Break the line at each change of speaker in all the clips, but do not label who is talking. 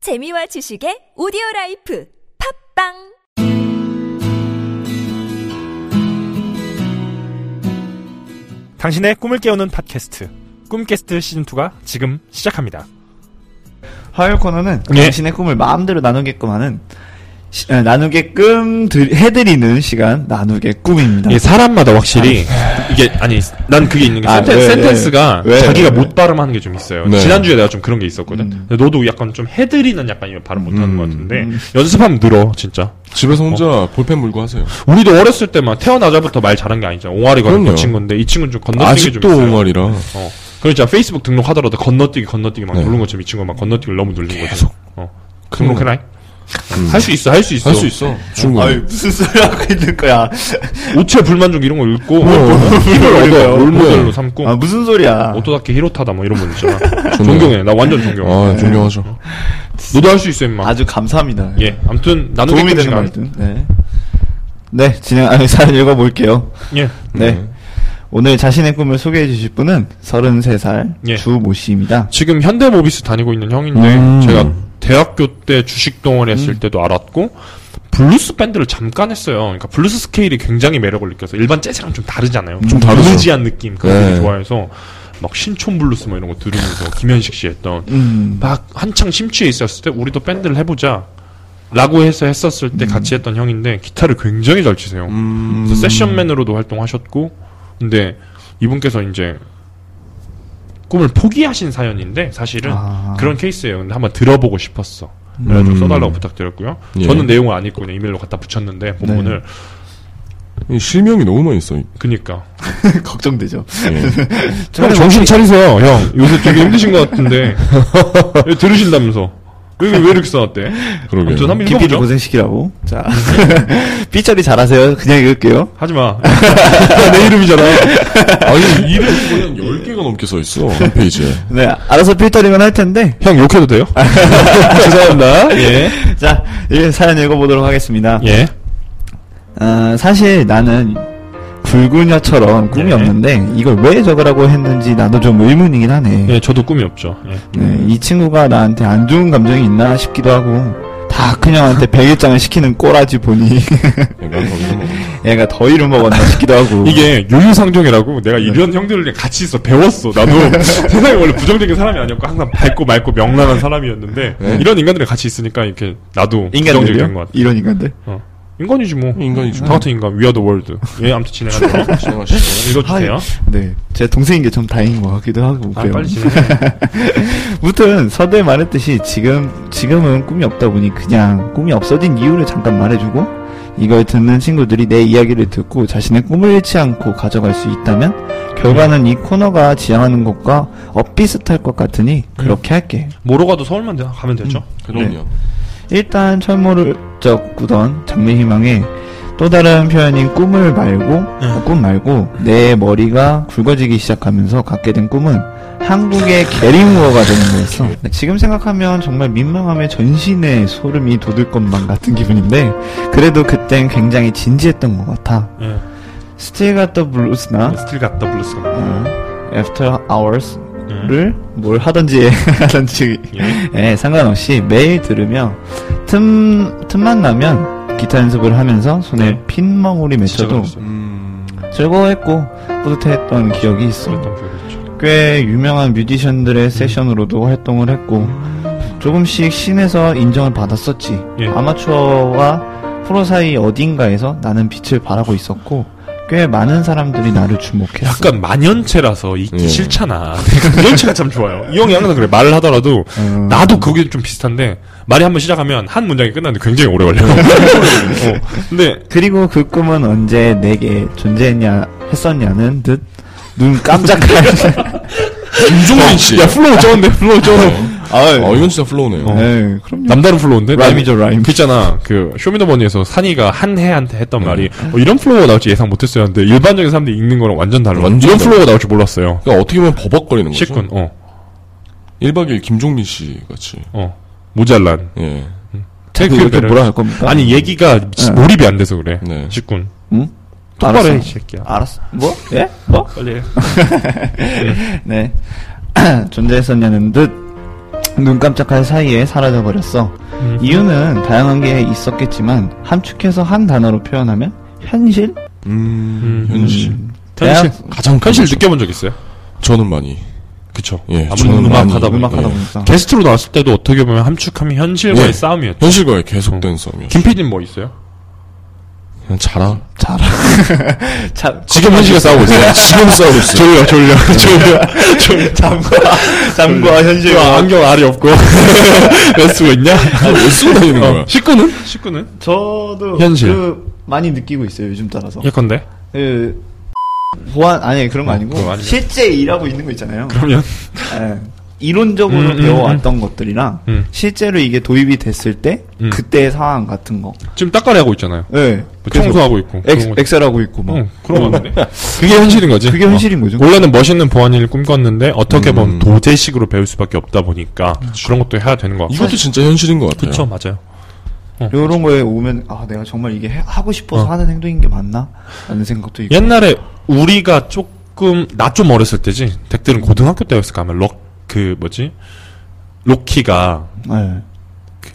재미와 지식의 오디오 라이프 팝빵
당신의 꿈을 깨우는 팟캐스트 꿈캐스트 시즌 2가 지금 시작합니다.
화요일 코너는
예.
네.
당신의 꿈을 마음대로 나누게끔 하는 시- 어, 나누게끔 드- 해드리는 시간 나누게 꿈입니다.
예, 사람마다 확실히 이게 아니 난 그게 있는 게
아,
센텐,
왜,
센텐스가
왜, 왜,
자기가
왜.
못 발음하는 게 좀 있어요.
네.
지난주에 내가 좀 그런 게 있었거든.
음.
근데 너도 약간 좀 해드리는 약간 이런 발음 못하는
음.
것 같은데 연습하면 늘어 뭐 진짜.
집에서 혼자 볼펜 물고 하세요.
우리도 어렸을 때만 태어나자부터 말 잘한 게 아니잖아. 옹알이
그럼요.
건너뛴 건데 이 친구는 좀 건너뛰기 좀
아직도
있어요.
옹알이라
어. 그러니까 페이스북 등록하더라도 건너뛰기 건너뛰기 막
네.
누른 것처럼 이 친구 막 건너뛰기를 너무 누른 거죠.
계속.
어.
큰일
등록해라.
음.
할 수 있어, 할 수 있어.
할 수 있어. 중국.
아유, 무슨 소리 하고 있는 거야.
우체 불만족 이런 거 읽고
뭐, 뭘
이걸 얻어
읽어요?
롤모델로 삼고
뭐, 아, 무슨 소리야.
오토다케 히로타다 뭐 이런 분 있잖아. 존경해. 나 완전 존경해.
아, 존경하죠.
너도 할 수 있어, 임마.
아주 감사합니다.
예. 아무튼 나누게
도움이 되는 말든. 네. 네, 진행, 아, 사연 읽어볼게요.
예.
네. 오늘 자신의 꿈을 소개해 주실 분은 33살
예.
주모 씨입니다.
지금 현대모비스 다니고 있는 형인데
음.
제가 대학교 때 주식 동원 했을 때도 알았고 블루스 밴드를 잠깐 했어요. 그러니까 블루스 스케일이 굉장히 매력을 느껴서 일반 재즈랑 좀 다르잖아요. 좀
다르죠.
무지한 느낌 그런
네.
걸 좋아해서 막 신촌 블루스 뭐 이런 거 들으면서 김현식 씨 했던
음.
막 한창 심취해 있었을 때 우리도 밴드를 해보자 라고 해서 했었을 때 같이 했던 형인데 기타를 굉장히 잘 치세요
음.
그래서 세션맨으로도 활동하셨고 근데 이분께서 이제 꿈을 포기하신 사연인데 사실은
아.
그런 케이스예요 근데 한번 들어보고 싶었어 그래서 좀
음.
써달라고 부탁드렸고요
예. 네.
저는 내용을 안 읽고 그냥 이메일로 갖다 붙였는데 본문을
이 실명이 너무 많이 있어.
그니까
걱정되죠.
예.
형 정신 차리세요 형 요새 되게 힘드신 것 같은데 이거 들으신다면서 왜, 왜 이렇게 써놨대
그러게요.
아무튼 한번
PP도
읽어보죠 음.
고생시키라고. 자. 삐처리 잘하세요. 그냥 읽을게요.
하지마
내 이름이잖아. 아니, 이름 거의 한 10개가 넘게 써 있어. 한 페이지에.
네, 알아서 필터링은 할 텐데.
형 욕해도 돼요?
죄송합니다. 예. 자, 일 사연 읽어보도록 하겠습니다.
예.
아, 사실 나는 굵은 혀처럼 꿈이
예.
없는데 이걸 왜 적으라고 했는지 나도 좀 의문이긴 하네.
예, 저도 꿈이 없죠. 예.
네, 이 친구가 나한테 안 좋은 감정이 있나 싶기도 하고. 다 그냥한테 백일장을 시키는 꼬라지 보니
예, 난 거기서 뭐.
얘가 더위를 먹었나 싶기도 하고
이게 유유상종이라고 내가 이런 형들을 같이 있어 배웠어. 나도 세상에 원래 부정적인 사람이 아니었고 항상 밝고 맑고 명랑한 사람이었는데
네.
이런 인간들이랑 같이 있으니까 이렇게 나도 부정적이
인간들이요?
된것 같아.
이런 인간들
어. 인간이지 뭐.
인간이죠.
다 같은 인간. 위아더 월드. 예, 아무튼 진행하세요.
진행하시죠.
읽어주세요.
네, 제 동생인 게 좀 다행인 것 같기도 하고
아,
그래요.
빨리 진행해.
무튼 서두에 말했듯이 지금 지금은 꿈이 없다 보니 그냥 꿈이 없어진 이유를 잠깐 말해주고 이걸 듣는 친구들이 내 이야기를 듣고 자신의 꿈을 잃지 않고 가져갈 수 있다면 결과는 이 코너가 지향하는 것과 엇비슷할 것 같으니 그렇게 할게.
모로 가도 서울만 돼- 가면 되죠.
그럼요.
일단 철모를 적구던 장래희망에 또 다른 표현인 꿈을 말고 어, 꿈 말고 내 머리가 굵어지기 시작하면서 갖게 된 꿈은 한국의 게리무어가 되는 거였어. 네, 지금 생각하면 정말 민망함에 전신에 소름이 돋을 것만 같은 기분인데 그래도 그땐 굉장히 진지했던 것 같아.
예.
스틸 가더 블루스나
스틸 같다 블루스가.
어, After Hours를
예.
뭘 하든지 하든지
예.
예, 상관없이 매일 들으며 틈 틈만 나면 기타 연습을 하면서 손에
네.
핀멍울이
진짜
맺혀도
그랬어요.
음.
즐거워했고 뿌듯했던 기억이 있어.
그랬던 기억이 있죠.
꽤 유명한
음.
뮤지션들의 세션으로도 활동을 했고 조금씩 신에서 인정을 받았었지.
예.
아마추어와 프로 사이 어딘가에서 나는 빛을 발하고 있었고 꽤 많은 사람들이 나를 주목했어.
약간 만연체라서 읽기
예.
싫잖아. 만연체가 참 좋아요. 이 형이 항상 그래. 말을 하더라도
음.
나도 그게 좀 비슷한데 말이 한번 시작하면 한 문장이 끝나는데 굉장히 오래 걸려. 어. 근데
그리고 그 꿈은 언제 내게 존재했냐 했었냐는 듯 눈
어.
깜짝할
김종민 씨.
야 플로우 쩌는데 플로우 쩌.
아, 이건 진짜 플로우네요.
네, 그럼요.
남다른 플로우인데.
라임이죠, 라임.
그 있잖아 그 쇼미더머니에서 산이가 한해한테 했던 말이 어, 이런 플로우가 나올지 예상 못했어요. 근데 일반적인 사람들이 읽는 거랑 완전 달라.
완전
이런
달라.
플로우가 나올 줄 몰랐어요.
그러니까 어떻게 보면 버벅거리는 거죠.
실군 어
1박 2일 김종민 씨 같이.
어. 모잘란.
예.
자꾸 이렇게 뭐라 할 겁니까?
아니 얘기가 지-
네.
몰입이 안 돼서 그래.
네.
직군.
응?
똑바로 해, 이
알았어.
새끼야.
알았어. 뭐? 예? 뭐?
빨리 해.
네. 존재했었냐는 듯 눈 깜짝할 사이에 사라져버렸어.
음.
이유는 다양한 게 있었겠지만 함축해서 한 단어로 표현하면 현실?
음.
음, 현실.
음,
현실 아,
대학-
가장 큰
현실
거죠.
느껴본 적 있어요?
저는 많이.
그쵸.
예,
아무래도
저는
뭐 음악
많이-
하다 보니까.
음악하다
예.
보니까.
게스트로 나왔을 때도 어떻게 보면 함축함이 현실과의
예.
싸움이었죠.
현실과의 계속된 싸움이요.
김 PD는 뭐 있어요?
그냥 자라.
잘. 잘.
지금 현실과 싸우고 있어요. 지금 싸우고 있어요. 네. 졸려, 졸려, 졸려, 졸려.
잠과
음.
현실.
뭐 안경 알이 없고. 아, 왜 쓰고 있냐?
왜 쓰고 다니는 거야?
어. 식구는? 식구는?
저도
현실.
그 많이 느끼고 있어요 요즘 따라서.
예컨대? 어,
그 보안 아니 그런 거 아니고
그거 아니죠.
실제 일하고 있는 거 있잖아요.
그러면?
예. 이론적으로
음, 음,
배워왔던 것들이랑
음.
실제로 이게 도입이 됐을 때
음.
그때의 상황 같은 거.
지금 딱가리 하고 있잖아요.
예.
뭐
그래서
청소하고 있고.
엑,
그런 거.
엑셀하고 있고 막. 음.
응, 그런 건데. 그게 현실인 거지. 어.
그게 현실인 거죠.
원래는 멋있는 보안일 꿈꿨는데 어떻게 보면
음.
도제식으로 배울 수밖에 없다 보니까 그런 것도 해야 되는 것 같아요.
이것도 진짜 현실인 것 같아요.
그쵸, 맞아요.
이런 거에 오면 아 내가 정말 이게 해- 하고 싶어서
어.
하는 행동인 게 맞나? 라는 생각도 있고.
옛날에 우리가 조금 나 좀 어렸을 때지. 덱들은 고등학교 때였을까 하면 럭그 뭐지? 로키가
예.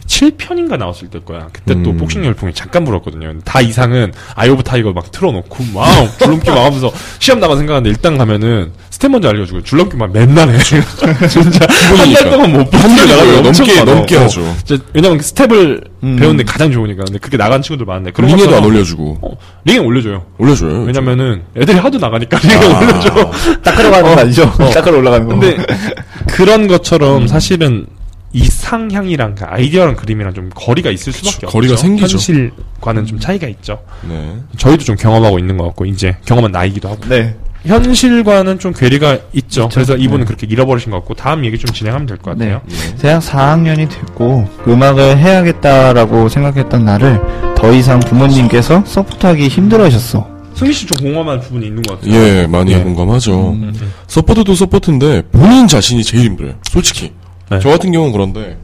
7편인가 나왔을 때 거야. 그때 또
음.
복싱 열풍이 잠깐 불었거든요. 다 이상은 아이오브 타이거 막 틀어놓고 막 줄넘기 막 하면서 시험 나가 생각하는데 일단 가면은 스텝 먼저 알려주고 줄넘기 막 맨날 해. 진짜 한 달
기본이니까.
동안 못
한
봤는데
달
나가면
넘게,
엄청 많아.
넘게
어.
하죠.
진짜 왜냐면 스텝을
음.
배우는 데 가장 좋으니까. 근데 그게 나간 친구들 많은데. 그런
링에도
것처럼-
안 올려주고.
어, 링에 올려줘요. 음.
올려줘요.
왜냐면은 애들이 하도 나가니까 링에 올려줘.
닦으러 가는 거 아니죠? 닦으러 올라가는 거.
어. 근데 음. 그런 것처럼 사실은 이 상향이랑 그 아이디어랑 그림이랑 좀 거리가 있을 수밖에 없죠.
그쵸,
음.
거리가 생기죠.
현실과는 좀 차이가 있죠.
네.
저희도 좀 경험하고 있는 것 같고 이제 경험한 나이기도 하고
네.
현실과는 좀 괴리가 있죠. 네. 그래서 이분은 그렇게 잃어버리신 것 같고 다음 얘기 좀 진행하면 될 것 같아요.
네.
예.
대학 4학년이 됐고 음악을 해야겠다라고 생각했던 나를 더 이상 부모님께서 서포트하기 힘들어하셨어.
승희 씨 좀 공감한 부분이 있는 것 같아요.
예, 많이
네. 예.
공감하죠. 서포트도 서포트인데 본인 자신이 제일 힘들어요. 솔직히.
네.
저 같은 경우는 그런데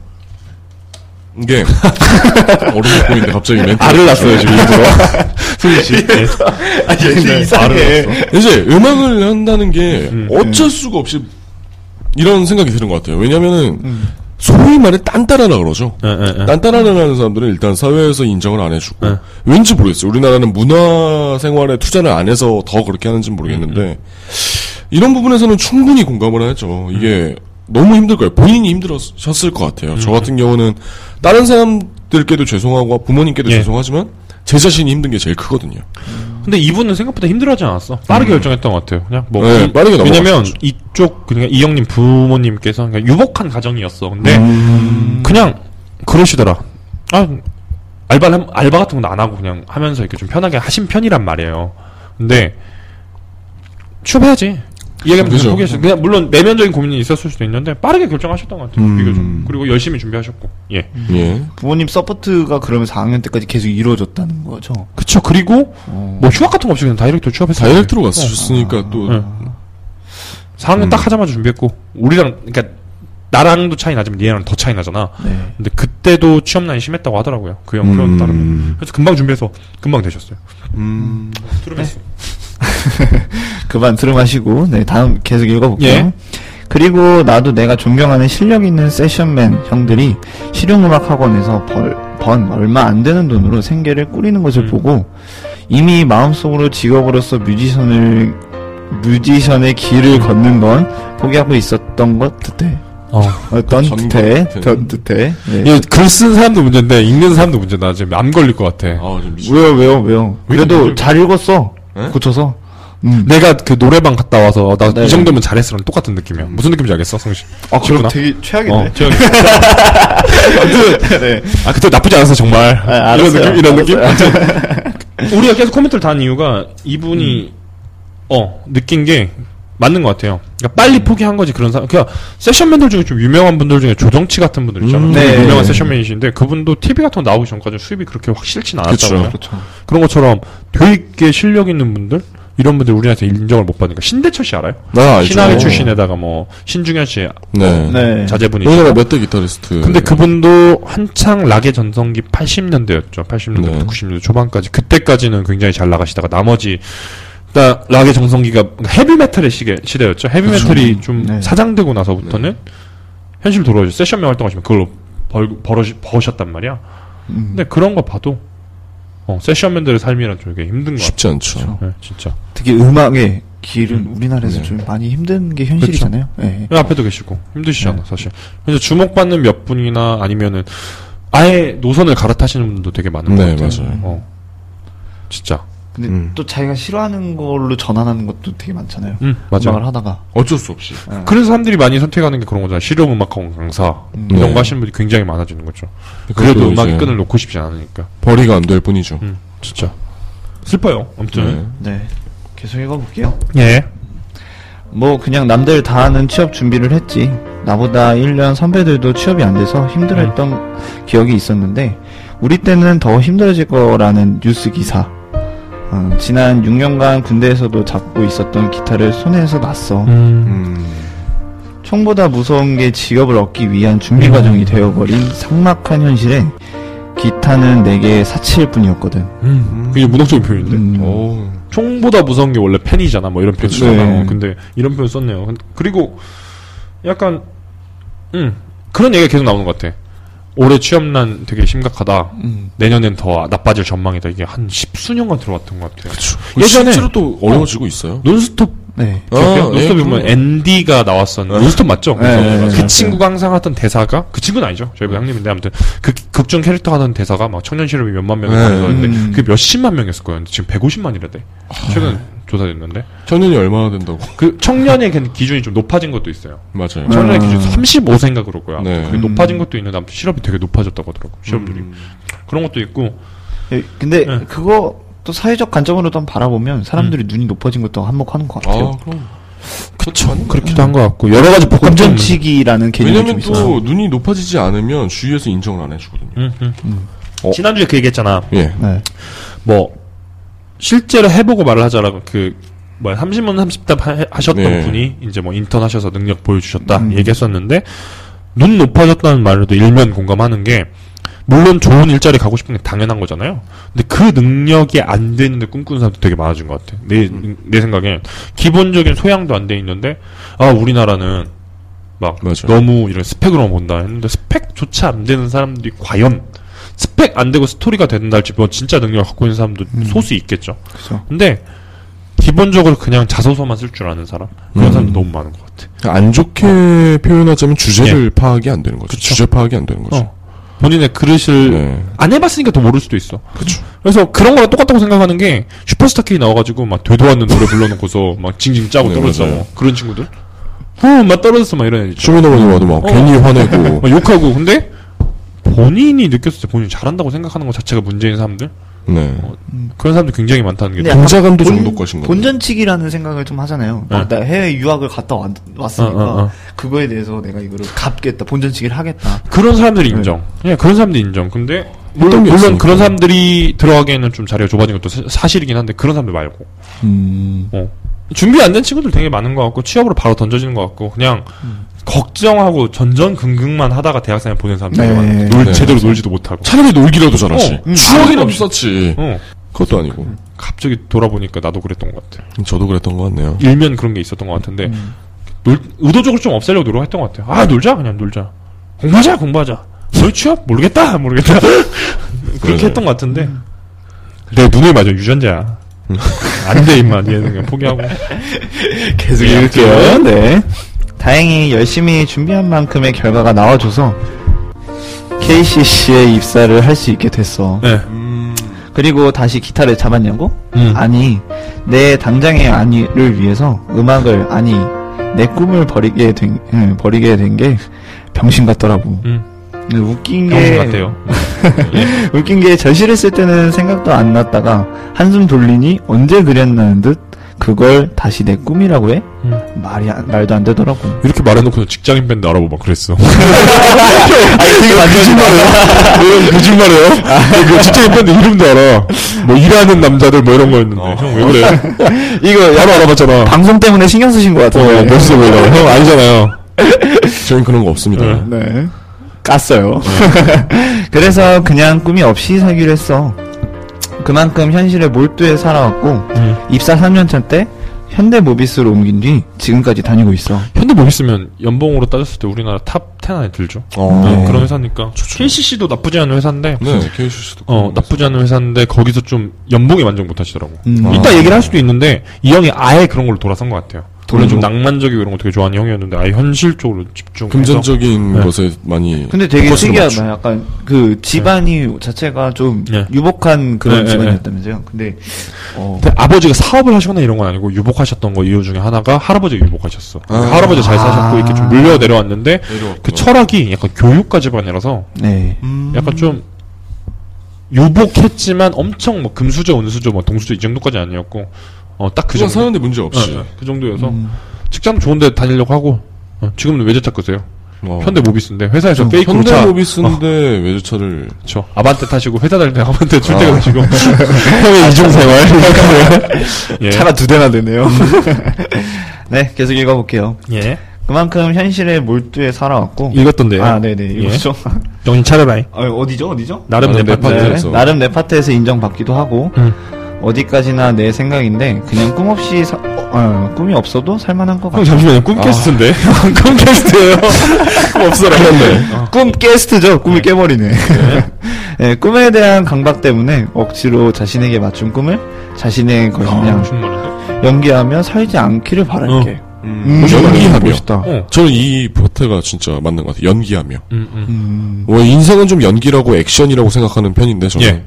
이게 어른이 보이는데 갑자기 멘트
났어요 지금 일부러. 승희 씨. 아,
네.
얘 이상해.
이제 음악을 한다는 게
음.
어쩔 수가 없이 이런 생각이 드는 것 같아요. 왜냐면은
음.
소위 말해 딴따라라 그러죠.
예.
딴따라라는 사람들은 일단 사회에서 인정을 안 해주고
네.
왠지 모르겠어요. 우리나라는 문화 생활에 투자를 안 해서 더 그렇게 하는지는 모르겠는데
음,
이런 부분에서는 충분히 공감을 하죠. 이게
음.
너무 힘들 거예요. 본인이 힘들었을 것 같아요. 저 같은 경우는 다른 사람들께도 죄송하고 부모님께도
예.
죄송하지만 제 자신이 힘든 게 제일 크거든요.
근데 이분은 생각보다 힘들어하지 않았어. 빠르게 결정했던 것 같아요. 그냥 뭐
음. 네,
이-
빠르게 넘어갔죠.
왜냐면 이쪽 그러니까 이 형님 부모님께서 그냥 유복한 가정이었어. 근데
음.
그냥 그러시더라. 아 알바 알바 같은 건 안 하고 그냥 하면서 이렇게 좀 편하게 하신 편이란 말이에요. 근데 취업해야지. 이야기하면
그죠.
그냥 포기했어. 그냥 물론 내면적인 고민이 있었을 수도 있는데 빠르게 결정하셨던 것 같아요.
음.
비교적 그리고 열심히 준비하셨고 예.
예.
부모님 서포트가 그러면 4학년 때까지 계속 이루어졌다는 거죠. 어,
그쵸. 그리고 뭐 휴학 같은 거 없이 그냥 다이렉트로 취업했어요.
다이렉트로 갔으셨으니까 또
네. 4학년 딱 하자마자 준비했고 우리랑 그러니까 나랑도 차이 나지만 얘랑 더 차이 나잖아.
네.
근데 그때도 취업난이 심했다고 하더라고요. 그 형 표현
음.
따르면. 그래서 금방 준비해서 금방 되셨어요.
음.
트루베스.
그만 들음하시고 네 다음 계속 읽어볼게요.
예.
그리고 나도 내가 존경하는 실력 있는 세션맨 형들이 실용음악 학원에서 벌, 번 얼마 안 되는 돈으로 생계를 꾸리는 것을
음.
보고 이미 마음속으로 직업으로서 뮤지션을 뮤지션의 길을 걷는 건 포기하고 있었던 것 듯해.
어.
어떤
전
듯해,
듯해.
전 듯해. 네.
예. 글쓴 사람도 문제인데 읽는 사람도 문제다. 지금 암 걸릴 것 같아.
아, 좀 미친.
왜요, 왜요, 왜요?
왜
그래도
이렇게-
잘 읽었어.
예?
고쳐서. 음.
내가 그 노래방 갔다 와서 나 이
네.
정도면 잘했어랑 똑같은 느낌이야. 무슨 느낌인지 알겠어, 성씨?
아,
그렇구나.
그럼 되게
어,
최악인데.
제가
네.
아 그때 나쁘지 않았어 정말
아,
이런
알았어요.
느낌 이런 느낌 우리가 계속 코멘트를 단 이유가 이분이 어 느낀 게 맞는 것 같아요 그러니까 빨리 포기한 거지 그런 사람 그러니까 세션맨들 중에 좀 유명한 분들 중에 조정치 같은 분들 있잖아요
음,
네.
유명한 세션맨이신데 그분도 TV 같은 거 나오기 전까지 수입이 그렇게 확실치 않았다고요
그쵸.
그렇죠.
그런 것처럼 되게 실력 있는 분들 이런 분들 우리나라에서 인정을 못 받으니까 신대철 씨 알아요?
나 알죠.
신화의 출신에다가 뭐 신중현 씨
네.
네.
자제분이
우리나라 몇 대 기타리스트.
근데 그분도 한창 락의 전성기 80년대였죠. 80년대부터
네.
90년대 초반까지 그때까지는 굉장히 잘 나가시다가 나머지 나- 락의 정성기가 헤비메탈의 시계, 시대였죠. 헤비메탈이 좀
네.
사장되고 나서부터는 현실 돌아오죠. 세션명 활동하시면 그걸로 벌, 벌어시, 버셨단 말이야.
음.
근데 그런 거 봐도 어, 세션맨들의 삶이란 좀 이게 힘든 것 같아.
쉽지 않죠.
네, 진짜.
특히 음악의 길은
음.
우리나라에서
네.
좀 많이 힘든 게 현실이잖아요. 예.
그 앞에도 계시고 힘드시잖아 사실. 그래서 주목받는 몇 분이나 아니면은 아예 노선을 갈아타시는 분들도 되게 많은 것
네,
같아요.
맞아요.
어. 진짜.
근데
음.
또 자기가 싫어하는 걸로 전환하는 것도 되게 많잖아요.
음, 맞아.
음악을 하다가
어쩔 수 없이.
그래서 사람들이 많이 선택하는 게 그런 거잖아요. 실용 음악학원 강사
음.
이런
네.
거 하시는 분이 굉장히 많아지는 거죠.
그래도
그래도 음악에
이제
끈을 놓고 싶지 않으니까.
벌이가 안 될 뿐이죠.
음, 진짜 슬퍼요. 아무튼
네 계속 읽어볼게요.
네.
예.
뭐 그냥 남들 다 하는 취업 준비를 했지 나보다 1년 선배들도 취업이 안 돼서 힘들어했던 기억이 있었는데 우리 때는 더 힘들어질 거라는 뉴스 기사 어, 지난 6년간 군대에서도 잡고 있었던 기타를 손에서 놨어
음.
총보다 무서운 게 직업을 얻기 위한 준비 과정이 되어버린 삭막한 현실에 기타는 내게 사치일 뿐이었거든
음. 이게 문학적인 표현인데.
음.
오.
총보다 무서운 게 원래 펜이잖아. 뭐 이런 표현이잖아.
네.
어, 근데 이런 표현 썼네요. 근- 그리고 약간 음 그런 얘기가 계속 나오는 것 같아. 올해 취업난 되게 심각하다.
음,
내년엔 더 나빠질 전망이다. 이게 한 십수년간 들어왔던 것 같아요.
그쵸.
예전에-
실제로 또 어려워지고 있어요.
논스톱
네
기억해요?
아,
논스톱에
예,
보면
그럼요.
앤디가 나왔었는데 논스톱 맞죠?
네, 네,
그
맞아요.
친구가 항상 하던 대사가 그 친구는 아니죠 저희보다 형님인데 아무튼 그 극중 캐릭터 하던 대사가 막 청년 실업이 몇만 명이
네.
나왔는데
음.
그게 몇십만 명이었을 거예요 근데 지금 150만이라대 최근
아.
조사됐는데
청년이 얼마나 된다고.
그 청년의 그 기준이 좀 높아진 것도 있어요
맞아요.
청년의
아.
기준 35세인가 그럴 거야
네.
그게
음.
높아진 것도 있는데 아무튼 실업이 되게 높아졌다고 하더라고 실업률이
음.
그런 것도 있고
예, 음. 근데
네.
그거 또 사회적 관점으로도 한번 바라보면 사람들이 눈이 높아진 것도 한몫하는 것 같아요.
아, 그럼. 그렇죠. 그쵸.
그렇기도 한 것 같고 여러 가지
복감정치기라는 개념이 좀
왜냐면
있어요.
또 눈이 높아지지 않으면 주위에서 인정을 안 해주거든요.
음,
어.
지난주에 그 얘기했잖아
예.
네.
뭐 실제로 해보고 말을 하자라고 그 뭐야 30문 30답 하- 하셨던
네.
분이 이제 뭐 인턴 하셔서 능력 보여주셨다
음.
얘기했었는데 눈 높아졌다는 말에도 일면 공감하는 게 물론 좋은 일자리 가고 싶은 게 당연한 거잖아요. 근데 그 능력이 안 되는데 꿈꾸는 사람도 되게 많아진 것 같아. 내, 내 생각엔 기본적인 소양도 안 돼 있는데 아 우리나라는 막
맞아요.
너무 이런 스펙으로만 본다 했는데 스펙조차 안 되는 사람들이 과연 스펙 안 되고 스토리가 된다 할지 뭐 진짜 능력 을 갖고 있는 사람도
음.
소수 있겠죠.
그죠.
근데 기본적으로 그냥 자소서만 쓸 줄 아는 사람 그런
음.
사람이 너무 많은 것 같아.
안 좋게
어.
표현하자면 주제를 파악이 안 되는 거죠. 주제 파악이 안 되는 거죠.
네. 어. 본인의 그릇을
네.
안 해봤으니까 더 모를 수도 있어.
그쵸.
그래서 그런 거랑 똑같다고 생각하는 게 슈퍼스타 K 나와가지고 막 되도 않는 노래 불러놓고서 막 징징 짜고
네,
떨어졌어.
맞아요.
뭐. 그런 친구들. 어, 후막 떨어졌어 막 이런 애들. 있죠.
쇼미더머니 와도 막
어.
괜히 화내고.
막 욕하고 근데 본인이 느꼈을 때 본인이 잘한다고 생각하는 것 자체가 문제인 사람들
네.
그런 사람들 굉장히 많다는 게.
근데 약간
동자감도 그 정도까지인 거죠.
본전치기라는 생각을 좀 하잖아요. 막
응.
나 해외 유학을 갔다 왔, 으니까
응, 응, 응.
그거에 대해서 내가 이거를 갚겠다, 본전치기를 하겠다.
그런 사람들이 인정. 예, 그냥 그런 사람들이 인정. 근데 물론,
네. 어떤 게
물론
있으니까.
그런 사람들이 들어가기에는 좀 자리가 좁아진 것도 사- 사실이긴 한데 그런 사람들 말고
음.
어. 준비 안 된 친구들 되게 많은 것 같고 취업으로 바로 던져지는 것 같고 그냥 걱정하고 전전긍긍만 하다가 대학생을 보낸 사람들 되게
네.
많아요. 놀
네.
제대로 놀지도 못하고.
차라리 놀기라도 잘하지.
어,
추억이 없었지.
어.
그것도 아니고. 음,
갑자기 돌아보니까 나도 그랬던 것 같아.
저도 그랬던 것 같네요.
일면 그런 게 있었던 것 같은데 놀- 의도적으로 좀 없애려고 노력했던 것 같아요. 아 놀자 그냥 놀자. 공부하자 공부하자. 너 취업 모르겠다 모르겠다.
그러네.
그렇게 했던 것 같은데 내 눈에 맞아 유전자야. 안돼 임마 얘는 그냥 포기하고. 네.
계속 읽을게요. 네. 다행히 열심히 준비한 만큼의 결과가 나와줘서 KCC에 입사를 할 수 있게 됐어.
네.
그리고 다시 기타를 잡았냐고?
음.
아니, 내 당장의 아니를 위해서 음악을, 아니, 내 꿈을 버리게 된, 예, 버리게 된 게 병신 같더라고.
음.
근데 웃긴 게,
병신 같아요.
웃긴 게 절실했을 때는 생각도 안 났다가 한숨 돌리니 언제 그랬나는 듯 그걸 다시 내 꿈이라고 해?
음.
말이, 안- 말도 안 되더라고.
이렇게 말해놓고 직장인 밴드 알아보고 막 그랬어. 네,
이런 거짓말이에요?
뭐,
그 직장인 밴드 이름도 알아. 뭐 일하는 남자들 뭐 이런 거였는데.
형 왜 그래?
이거 바로 알아봤잖아.
방송 때문에 신경 쓰신 것
어,
예,
같은데.
멋있어 보이잖아. 형 아니잖아요. 저희는 그런 거 없습니다.
네.
네. 깠어요. 그래서 그냥 꿈이 없이 살기로
음.
했어. 그만큼 현실에 몰두해 살아왔고, 입사 3년차 때 현대 모비스로 옮긴 뒤 지금까지 다니고 있어.
현대 뭐 있으면 연봉으로 따졌을 때 우리나라 탑 10 안에 들죠.
어.
네,
네.
그런 회사니까. KCC도 나쁘지 않은 회사인데.
네, 케이슈스도.
어, 나쁘지 않은 회사인데 거기서 좀 연봉에 만족 못 하시더라고.
음.
아.
이따 얘기를 할 수도 있는데 이 형이 아예 그런 걸로 돌아선 것 같아요. 원래 좀
음.
낭만적이고 이런 거 되게 좋아하는 형이었는데 아예 현실적으로 집중해서
금전적인
네.
것에 많이.
근데 되게
포커스를
특이하다. 약간 그 집안이 자체가 좀
네.
유복한 그런
네, 네,
집안이었다면서요. 근데 어,
근데 아버지가 사업을 하시거나 이런 건 아니고 유복하셨던 거 이유 중에 하나가 할아버지가 유복하셨어.
아.
할아버지 잘 사셨고 이렇게 좀 물려 내려왔는데
내려왔구나. 음.
그 철학이 약간 교육가 집안이라서
네.
약간 좀 유복했지만 엄청 뭐 금수저, 은수저, 뭐 동수저 이 정도까지 아니었고 어 딱 그
그냥
정도.
사는데 문제 없이.
예, 예, 그 정도여서 직장 좋은데 다니려고 하고 어, 지금은 외제차 끄세요.
어.
현대 모비스인데 회사에서
어,
페이크로 차. 어.
현대 모비스인데 외제차를
저 아반떼 타시고 회사 다닐 때 아반떼 출퇴근 하시고
형의 이중생활.
예.
차가 두 대나 되네요. 네, 계속 읽어볼게요.
예.
그만큼 현실에 몰두해 살아왔고.
읽었던데요.
아, 네네, 읽었죠.
정신 차려라.
아, 어디죠, 어디죠?
나름 내
나름 내
파트.
파트.
네,
파트에서.
나름 내 파트에서 인정받기도 하고,
음.
어디까지나 내 생각인데, 그냥 꿈 없이, 사- 어, 어, 꿈이 없어도 살만한 것
형
같아요.
잠시만요. 꿈 캐스트인데. 꿈 캐스트예요.
없어라, 꿈 게스트죠? 꿈을 깨버리네. 네, 꿈에 대한 강박 때문에 억지로 자신에게 맞춘 꿈을 자신의
아.
것이냐
무슨 말인데?
연기하며 살지 않기를 바랄게.
음,
멋
연기하며.
있다
어.
저는 이 포태가 진짜 맞는 것 같아요. 연기하며.
음, 음.
뭐 인생은 좀 연기라고 액션이라고 생각하는 편인데 저는.
예.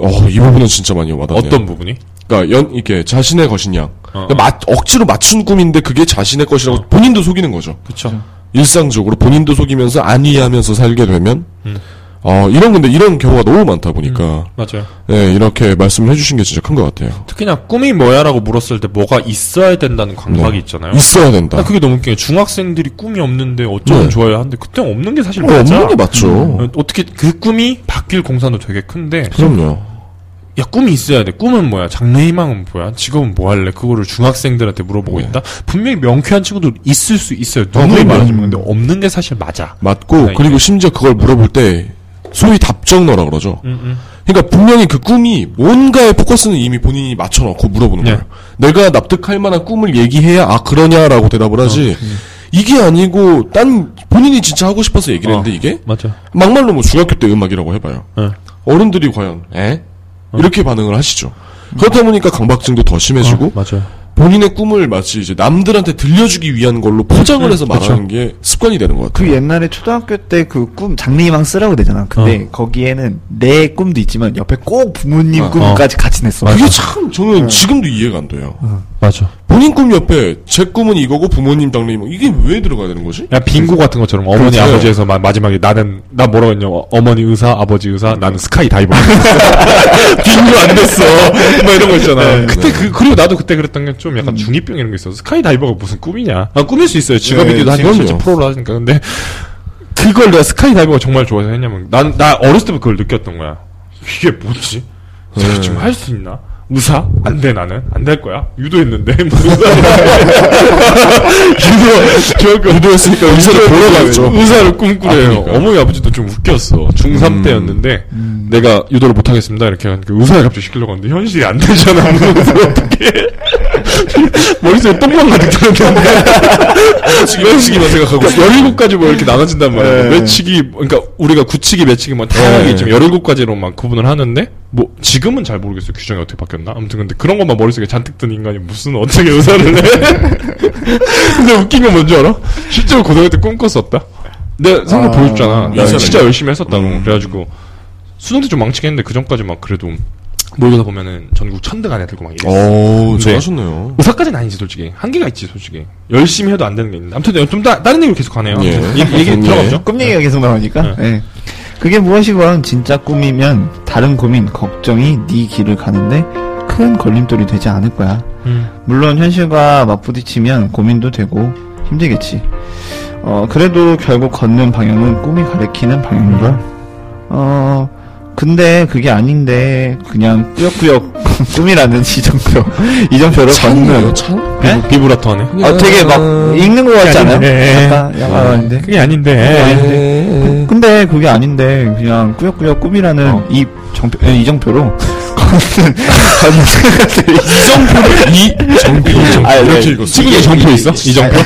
어, 이 부분은 진짜 많이 와닿네요.
어떤 부분이?
그러니까 연 이게 자신의 것이냐.
어.
그러니까 맞- 억지로 맞춘 꿈인데 그게 자신의 것이라고 본인도 속이는 거죠.
그렇죠.
일상적으로 본인도 속이면서 안위하면서 살게 되면
음.
어, 이런 근데 이런 경우가 너무 많다 보니까
맞아요.
예, 이렇게 말씀을 해주신 게 진짜 큰 것 같아요.
특히나 꿈이 뭐야라고 물었을 때 뭐가 있어야 된다는 강박이 있잖아요.
있어야
나
된다.
그게 너무 웃겨요. 중학생들이 꿈이 없는데 어쩌면
네.
좋아야 하는데 그때 없는 게 사실
어,
맞아.
없는 게 맞죠.
어, 어떻게 그 꿈이 바뀔 공산도 되게 큰데
그럼요.
야 꿈이 있어야 돼 꿈은 뭐야 장래희망은 뭐야 직업은 뭐 할래 그거를 중학생들한테 물어보고
네.
있다 분명히 명쾌한 친구도 있을 수 있어요 누구의
그럼요.
말하지 모르는데 없는 게 사실 맞아
맞고
네,
그리고 심지어 그걸 물어볼 때 소위 답정너라 그러죠.
음.
그러니까 분명히 그 꿈이 뭔가에 포커스는 이미 본인이 맞춰놓고 물어보는
네.
거예요. 내가 납득할 만한 꿈을 얘기해야 아 그러냐라고 대답을 하지.
어, 음.
이게 아니고 딴 본인이 진짜 하고 싶어서 얘기를 했는데 이게
맞아
막말로 뭐 중학교 때 음악이라고 해봐요.
어.
어른들이 과연 에 이렇게 반응을 하시죠. 그렇다 보니까 강박증도 더 심해지고
어, 맞아
본인의 꿈을 마치 이제 남들한테 들려주기 위한 걸로 포장을
음,
해서 말하는 게 습관이 되는 것 같아요.
그 옛날에 초등학교 때 그 꿈 장래희망 쓰라고 되잖아. 근데 거기에는 내 꿈도 있지만 옆에 꼭 부모님
어.
꿈까지 같이 냈어.
그게 참 저는 지금도 이해가 안 돼요.
맞아
본인 꿈 옆에 제 꿈은 이거고 부모님 장래 희망 이게 왜 들어가야 되는 거지?
야 빙고 같은 것처럼 어머니
그렇죠.
아버지에서 마, 마지막에 나는 나 뭐라고 했냐 어, 어머니 의사 아버지 의사 나는 스카이 다이버 빙고 안 됐어 뭐 이런 거 있잖아 그때 그 그리고 나도 그때 그랬던 게 좀 약간 중이병 이런 게 있어 스카이 다이버가 무슨 꿈이냐 음. 아 꾸밀 수 있어요 직업이기도
예,
하고 실제
그럼요.
프로로 하니까 근데 그걸 내가 스카이 다이버가 정말 좋아서 했냐면 난 나 어렸을 때부터 그걸 느꼈던 거야 이게 뭐지 제가 지금 할 수 있나 의사 안 돼 나는 안 될 거야 유도했는데 뭐 유도 기억 유도했으니까
의사를 보러 갔죠.
의사를 꿈꾸래요.
아, 그러니까.
어머니 아버지도 좀 웃겼어. 중3
음.
때였는데 내가 유도를 못 하겠습니다. 이렇게 하니까 의사를 갑자기 시키려고 하는데 현실이 안 되잖아. 그래서 어떻게 머릿속에 똥만 가득 들었는데
외치기, 외치기만 생각하고.
17가지 뭐 이렇게 나눠진단 말이야.
네.
외치기 그러니까 우리가 굳히기 매치기 뭐 다양하게
네.
지금 17가지로 막 구분을 하는데 뭐 지금은 잘 모르겠어요. 규정이 어떻게 바뀌었나. 아무튼 근데 그런 것만 머릿속에 잔뜩 든 인간이 무슨 어떻게 의사를 해. 근데 웃긴 건 뭔지 알아? 실제로 고등학교 때 꿈꿨었다. 내 성적
아,
보여줬잖아. 나
예전에.
진짜 열심히 했었다고.
음.
그래가지고 수능 때 좀 망치게 했는데 그 전까지 막 그래도 모의고사 보면은 전국 천등 안에 들고 막 이랬어.
어,
네.
잘하셨네요.
의사까지는 아니지 솔직히 한계가 있지 솔직히 열심히 해도 안 되는 게 있는데 아무튼 좀 다, 다른 얘기로 계속 가네요
예.
아무튼 얘기, 얘기
예.
들어가죠
꿈 얘기가 계속 나오니까.
그렇죠? 네.
예. 그게 무엇이건 진짜 꿈이면 다른 고민, 걱정이 네 길을 가는데 큰 걸림돌이 되지 않을 거야.
음.
물론 현실과 맞부딪히면 고민도 되고 힘들겠지. 어, 그래도 결국 걷는 방향은 꿈이 가리키는
음.
방향인걸. 어, 근데 그게 아닌데 그냥 꾸역꾸역 꿈이라는 이정표, 이정표로
찬이에요,
걷는.
찬?
예?
뭐 비브라토 하네
아, 되게 막 읽는 것 같지 않아요?
네. 아닌데.
약간, 약간 아닌데.
그게 아닌데
네. 어.
예,
근데 그게 아닌데 그냥 꾸역꾸역 꿈이라는 이 정표, 에, 이정표로 같은 가진 생각들이
이정표를 이정표 이정표
아, 네.
이렇게 읽었어.
예, 지금 얘 정표 있어? 이정표?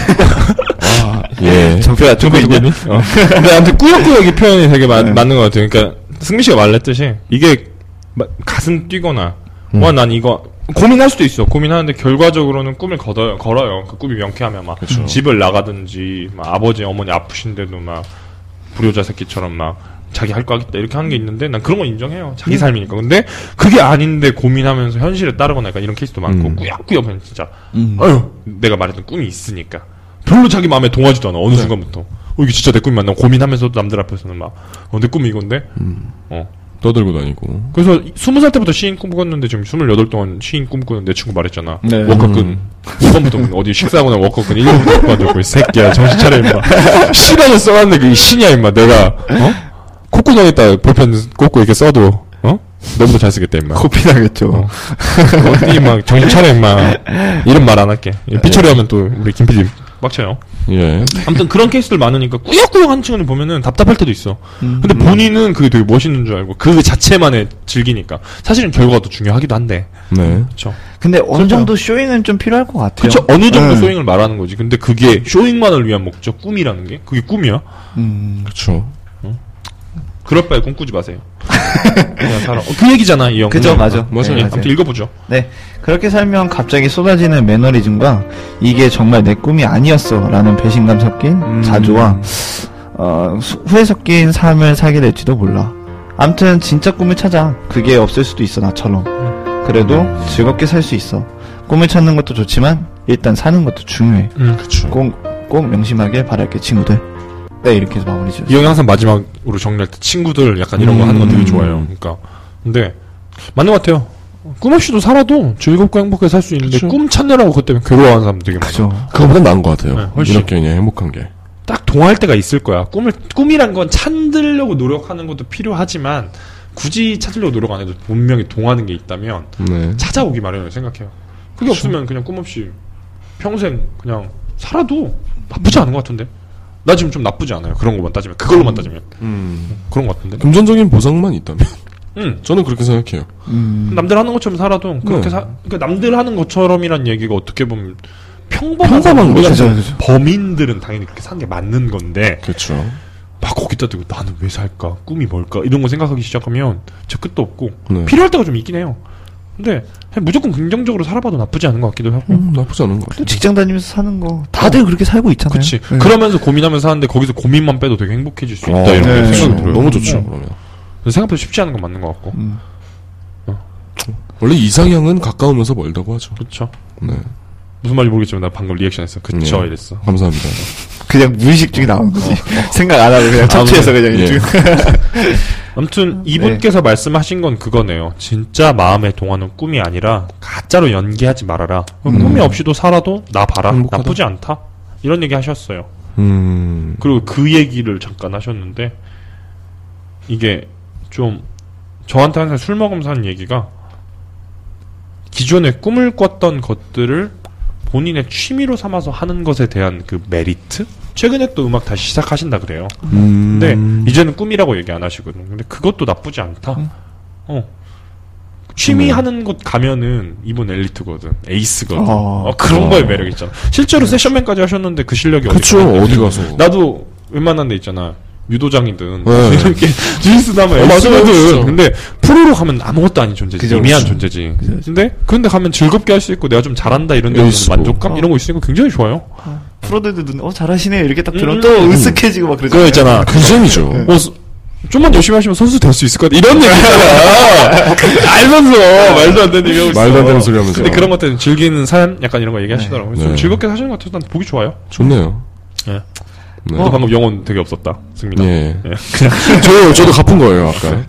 예.
정표야
정표 있겠니? 어. 근데 아무튼 꾸역꾸역이 표현이 되게 마,
네.
맞는 것 같아요. 그러니까 승민 씨가 말했듯이 이게 마- 가슴 뛰거나
음.
와 난 이거 고민할 수도 있어. 고민하는데 결과적으로는 꿈을 걷어요, 걸어요. 그 꿈이 명쾌하면 막
그쵸.
집을 나가든지 막 아버지 어머니 아프신데도 막 불효자 새끼처럼 막 자기 할 거 하겠다 이렇게 하는 게 있는데 난 그런 건 인정해요.
음.
자기 삶이니까. 근데 그게 아닌데 고민하면서 현실에 따르거나 약간 이런 케이스도 많고
음.
꾸역꾸역 하면 진짜 아유 내가 말했던 꿈이 있으니까 별로 자기 마음에 동하지도 않아
네.
어느 순간부터 어, 이게 진짜 내 꿈이 맞나 고민하면서도 남들 앞에서는 막내 꿈이 이건데
음.
어
떠들고 다니고.
그래서 스무 살 때부터 시인 꿈꿨는데 지금 스물여덟 동안 시인 꿈꾸는 내 친구 말했잖아.
네.
워커끈. 이번부터 음. 어디 식사하거나 워커끈 일본부터 가지고 이 새끼야 정신 차려 임마. 시라고 써놨는데 그게 신이야 임마. 내가 어? 콧구멍에다 볼펜 꽂고 이렇게 써도 어? 너무도 잘 쓰겠다 임마.
코피 나겠죠.
어디 막 정신 차려 임마. 이런 말 안 할게.
네.
피처리 하면 또 우리 김PD 빡쳐요.
예.
아무튼 그런 케이스들 많으니까 꾸역꾸역 하는 친구는 보면은 답답할 때도 있어.
음.
근데 본인은 그게 되게 멋있는 줄 알고 그 자체만에 즐기니까 사실은 결과가 더 중요하기도 한데
네.
그렇죠.
근데 어느
그렇죠.
정도 쇼잉은 좀 필요할 것 같아요.
그렇죠. 어느 정도
네.
쇼잉을 말하는 거지. 근데 그게 쇼잉만을 위한 목적, 꿈이라는 게 그게 꿈이야.
음.
그렇죠.
그럴 바에 꿈꾸지 마세요. 그냥 살아. 어, 그 얘기잖아 이 형. 어,
그죠, 맞아.
맞아요.
네,
아무튼
맞아요.
읽어보죠.
네. 그렇게 살면 갑자기 쏟아지는 매너리즘과 이게 정말 내 꿈이 아니었어 라는 배신감 섞인
음.
자조와 어, 수- 후회 섞인 삶을 살게 될지도 몰라. 암튼 진짜 꿈을 찾아. 그게 없을 수도 있어 나처럼. 그래도
음.
즐겁게 살 수 있어. 꿈을 찾는 것도 좋지만 일단 사는 것도 중요해.
그렇죠.
꼭, 꼭 명심하길 바랄게 친구들. 네 이렇게 해서 마무리
이
지었어요.
형이 항상 마지막으로 정리할 때 친구들 약간 이런 거 하는 건 되게 좋아요. 그러니까 근데 맞는 것 같아요. 꿈 없이도 살아도 즐겁고 행복하게 살 수 있는데
그쵸.
꿈 찾느라고 그 때문에 괴로워하는 사람 되게 많아.
그죠.
그거보다 나은 것 같아요.
네, 훨씬.
이렇게 그냥 행복한 게.
딱 동할 때가 있을 거야. 꿈을 꿈이란 건 찾으려고 노력하는 것도 필요하지만 굳이 찾으려고 노력 안 해도 분명히 동하는 게 있다면
네.
찾아오기 마련을 생각해요. 그게 없으면 그냥 꿈 없이 평생 그냥 살아도 나쁘지 않은 것 같은데. 나 지금 좀 나쁘지 않아요. 그런 것만 따지면 그걸로만 따지면
음.
그런 것 같은데.
금전적인 보상만 있다면
응.
저는 그렇게 생각해요.
음.
남들 하는 것처럼 살아도 그렇게
네.
사, 그러니까 남들 하는 것처럼이란 얘기가 어떻게 보면 평범한,
평범한
우리가
거죠.
지금
그죠,
범인들은 당연히 그렇게 사는 게 맞는 건데
그렇죠.
막 거기다 대고 나는 왜 살까 꿈이 뭘까 이런 거 생각하기 시작하면 제 끝도 없고
네.
필요할 때가 좀 있긴 해요. 근데 그냥 무조건 긍정적으로 살아봐도 나쁘지 않은 것 같기도
네.
하고.
음, 나쁘지 않은 것 같아요.
직장 다니면서 사는 거 다들 그렇게 살고 있잖아요.
어. 그치.
네.
그러면서 고민하면서 하는데 거기서 고민만 빼도 되게 행복해질 수 있다
어,
이런
네.
생각이
그렇죠.
들어요.
너무 좋죠
어.
그러면.
그래서 생각보다 쉽지 않은 건 맞는 것 같고.
음.
원래 이상향은 가까우면서 멀다고 하죠.
그렇죠.
네.
무슨 말인지 모르겠지만 나 방금 리액션했어. 그쵸
네.
예.
이랬어.
감사합니다.
그냥 무의식 중에 나온
어,
거지. 생각 안 하고 그냥
아,
섭취해서 그냥
예.
이쪽.
아무튼 이분께서
네.
말씀하신 건 그거네요. 진짜 마음에 동하는 꿈이 아니라 가짜로 연기하지 말아라. 꿈이 없이도 살아도 나 봐라.
음. 행복하다.
나쁘지 않다. 이런 얘기 하셨어요.
음.
그리고 그 얘기를 잠깐 하셨는데 이게 좀 저한테 항상 술 먹으면서 하는 얘기가 기존에 꿈을 꿨던 것들을 본인의 취미로 삼아서 하는 것에 대한 그 메리트? 최근에 또 음악 다시 시작하신다 그래요.
음.
근데 이제는 꿈이라고 얘기 안 하시거든요. 근데 그것도 나쁘지 않다. 어. 취미 하는 곳 가면은 이번 엘리트거든. 에이스거든.
어.
어, 그런 거에
어.
매력 있잖아. 실제로 세션맨까지 하셨는데 그 실력이
그렇죠.
어디
어디 가서.
나도 웬만한 데 있잖아. 유도장이든
네.
이렇게 뉴스 남아
어, 맞아요.
에이스거든.
그렇죠.
근데 프로로 가면 아무것도 아닌 존재지.
그죠,
미미한
그렇죠.
존재지. 근데 그런데 가면 즐겁게 할 수 있고 내가 좀 잘한다 이런 데
에이스고.
만족감
어.
이런 거 있으니까 굉장히 좋아요.
프로들도 눈, 어, 잘하시네. 이렇게 딱 들으면
음.
또 으쓱해지고 막 그러잖아요.
있잖아. 그 셈이죠.
어, 수- 좀만 열심히 하시면 선수 될 수 있을 것 같아. 이런
네.
얘기잖아. 알면서 말도 안 되는 얘기하고 있어.
말도 안 되는 소리 하면서.
근데 그런 것들은 즐기는 삶 약간 이런 거 얘기하시더라고요. 좀
네.
즐겁게 사시는 것 같아서 난 보기 좋아요.
좋네요.
예.
네.
너 방금 영혼 되게 없었다. 승민아.
예. 저, 저도 갚은 거예요, 아까.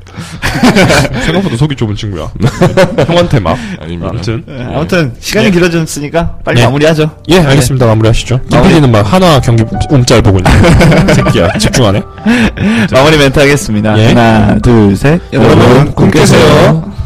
생각보다 속이 좁은 친구야. 형한테 막.
네. 아닙니다.
아무튼.
네, 아무튼, 시간이 길어졌으니까 빨리
네. 아,
마무리하죠.
예, 알겠습니다. 마무리하시죠. 김PD는 막 하나 경기 움짤 보고 있는 새끼야. 집중 안 해?
마무리 멘트 하겠습니다.
예.
하나, 둘, 셋.
네. 여러분, 꿈 깨세요.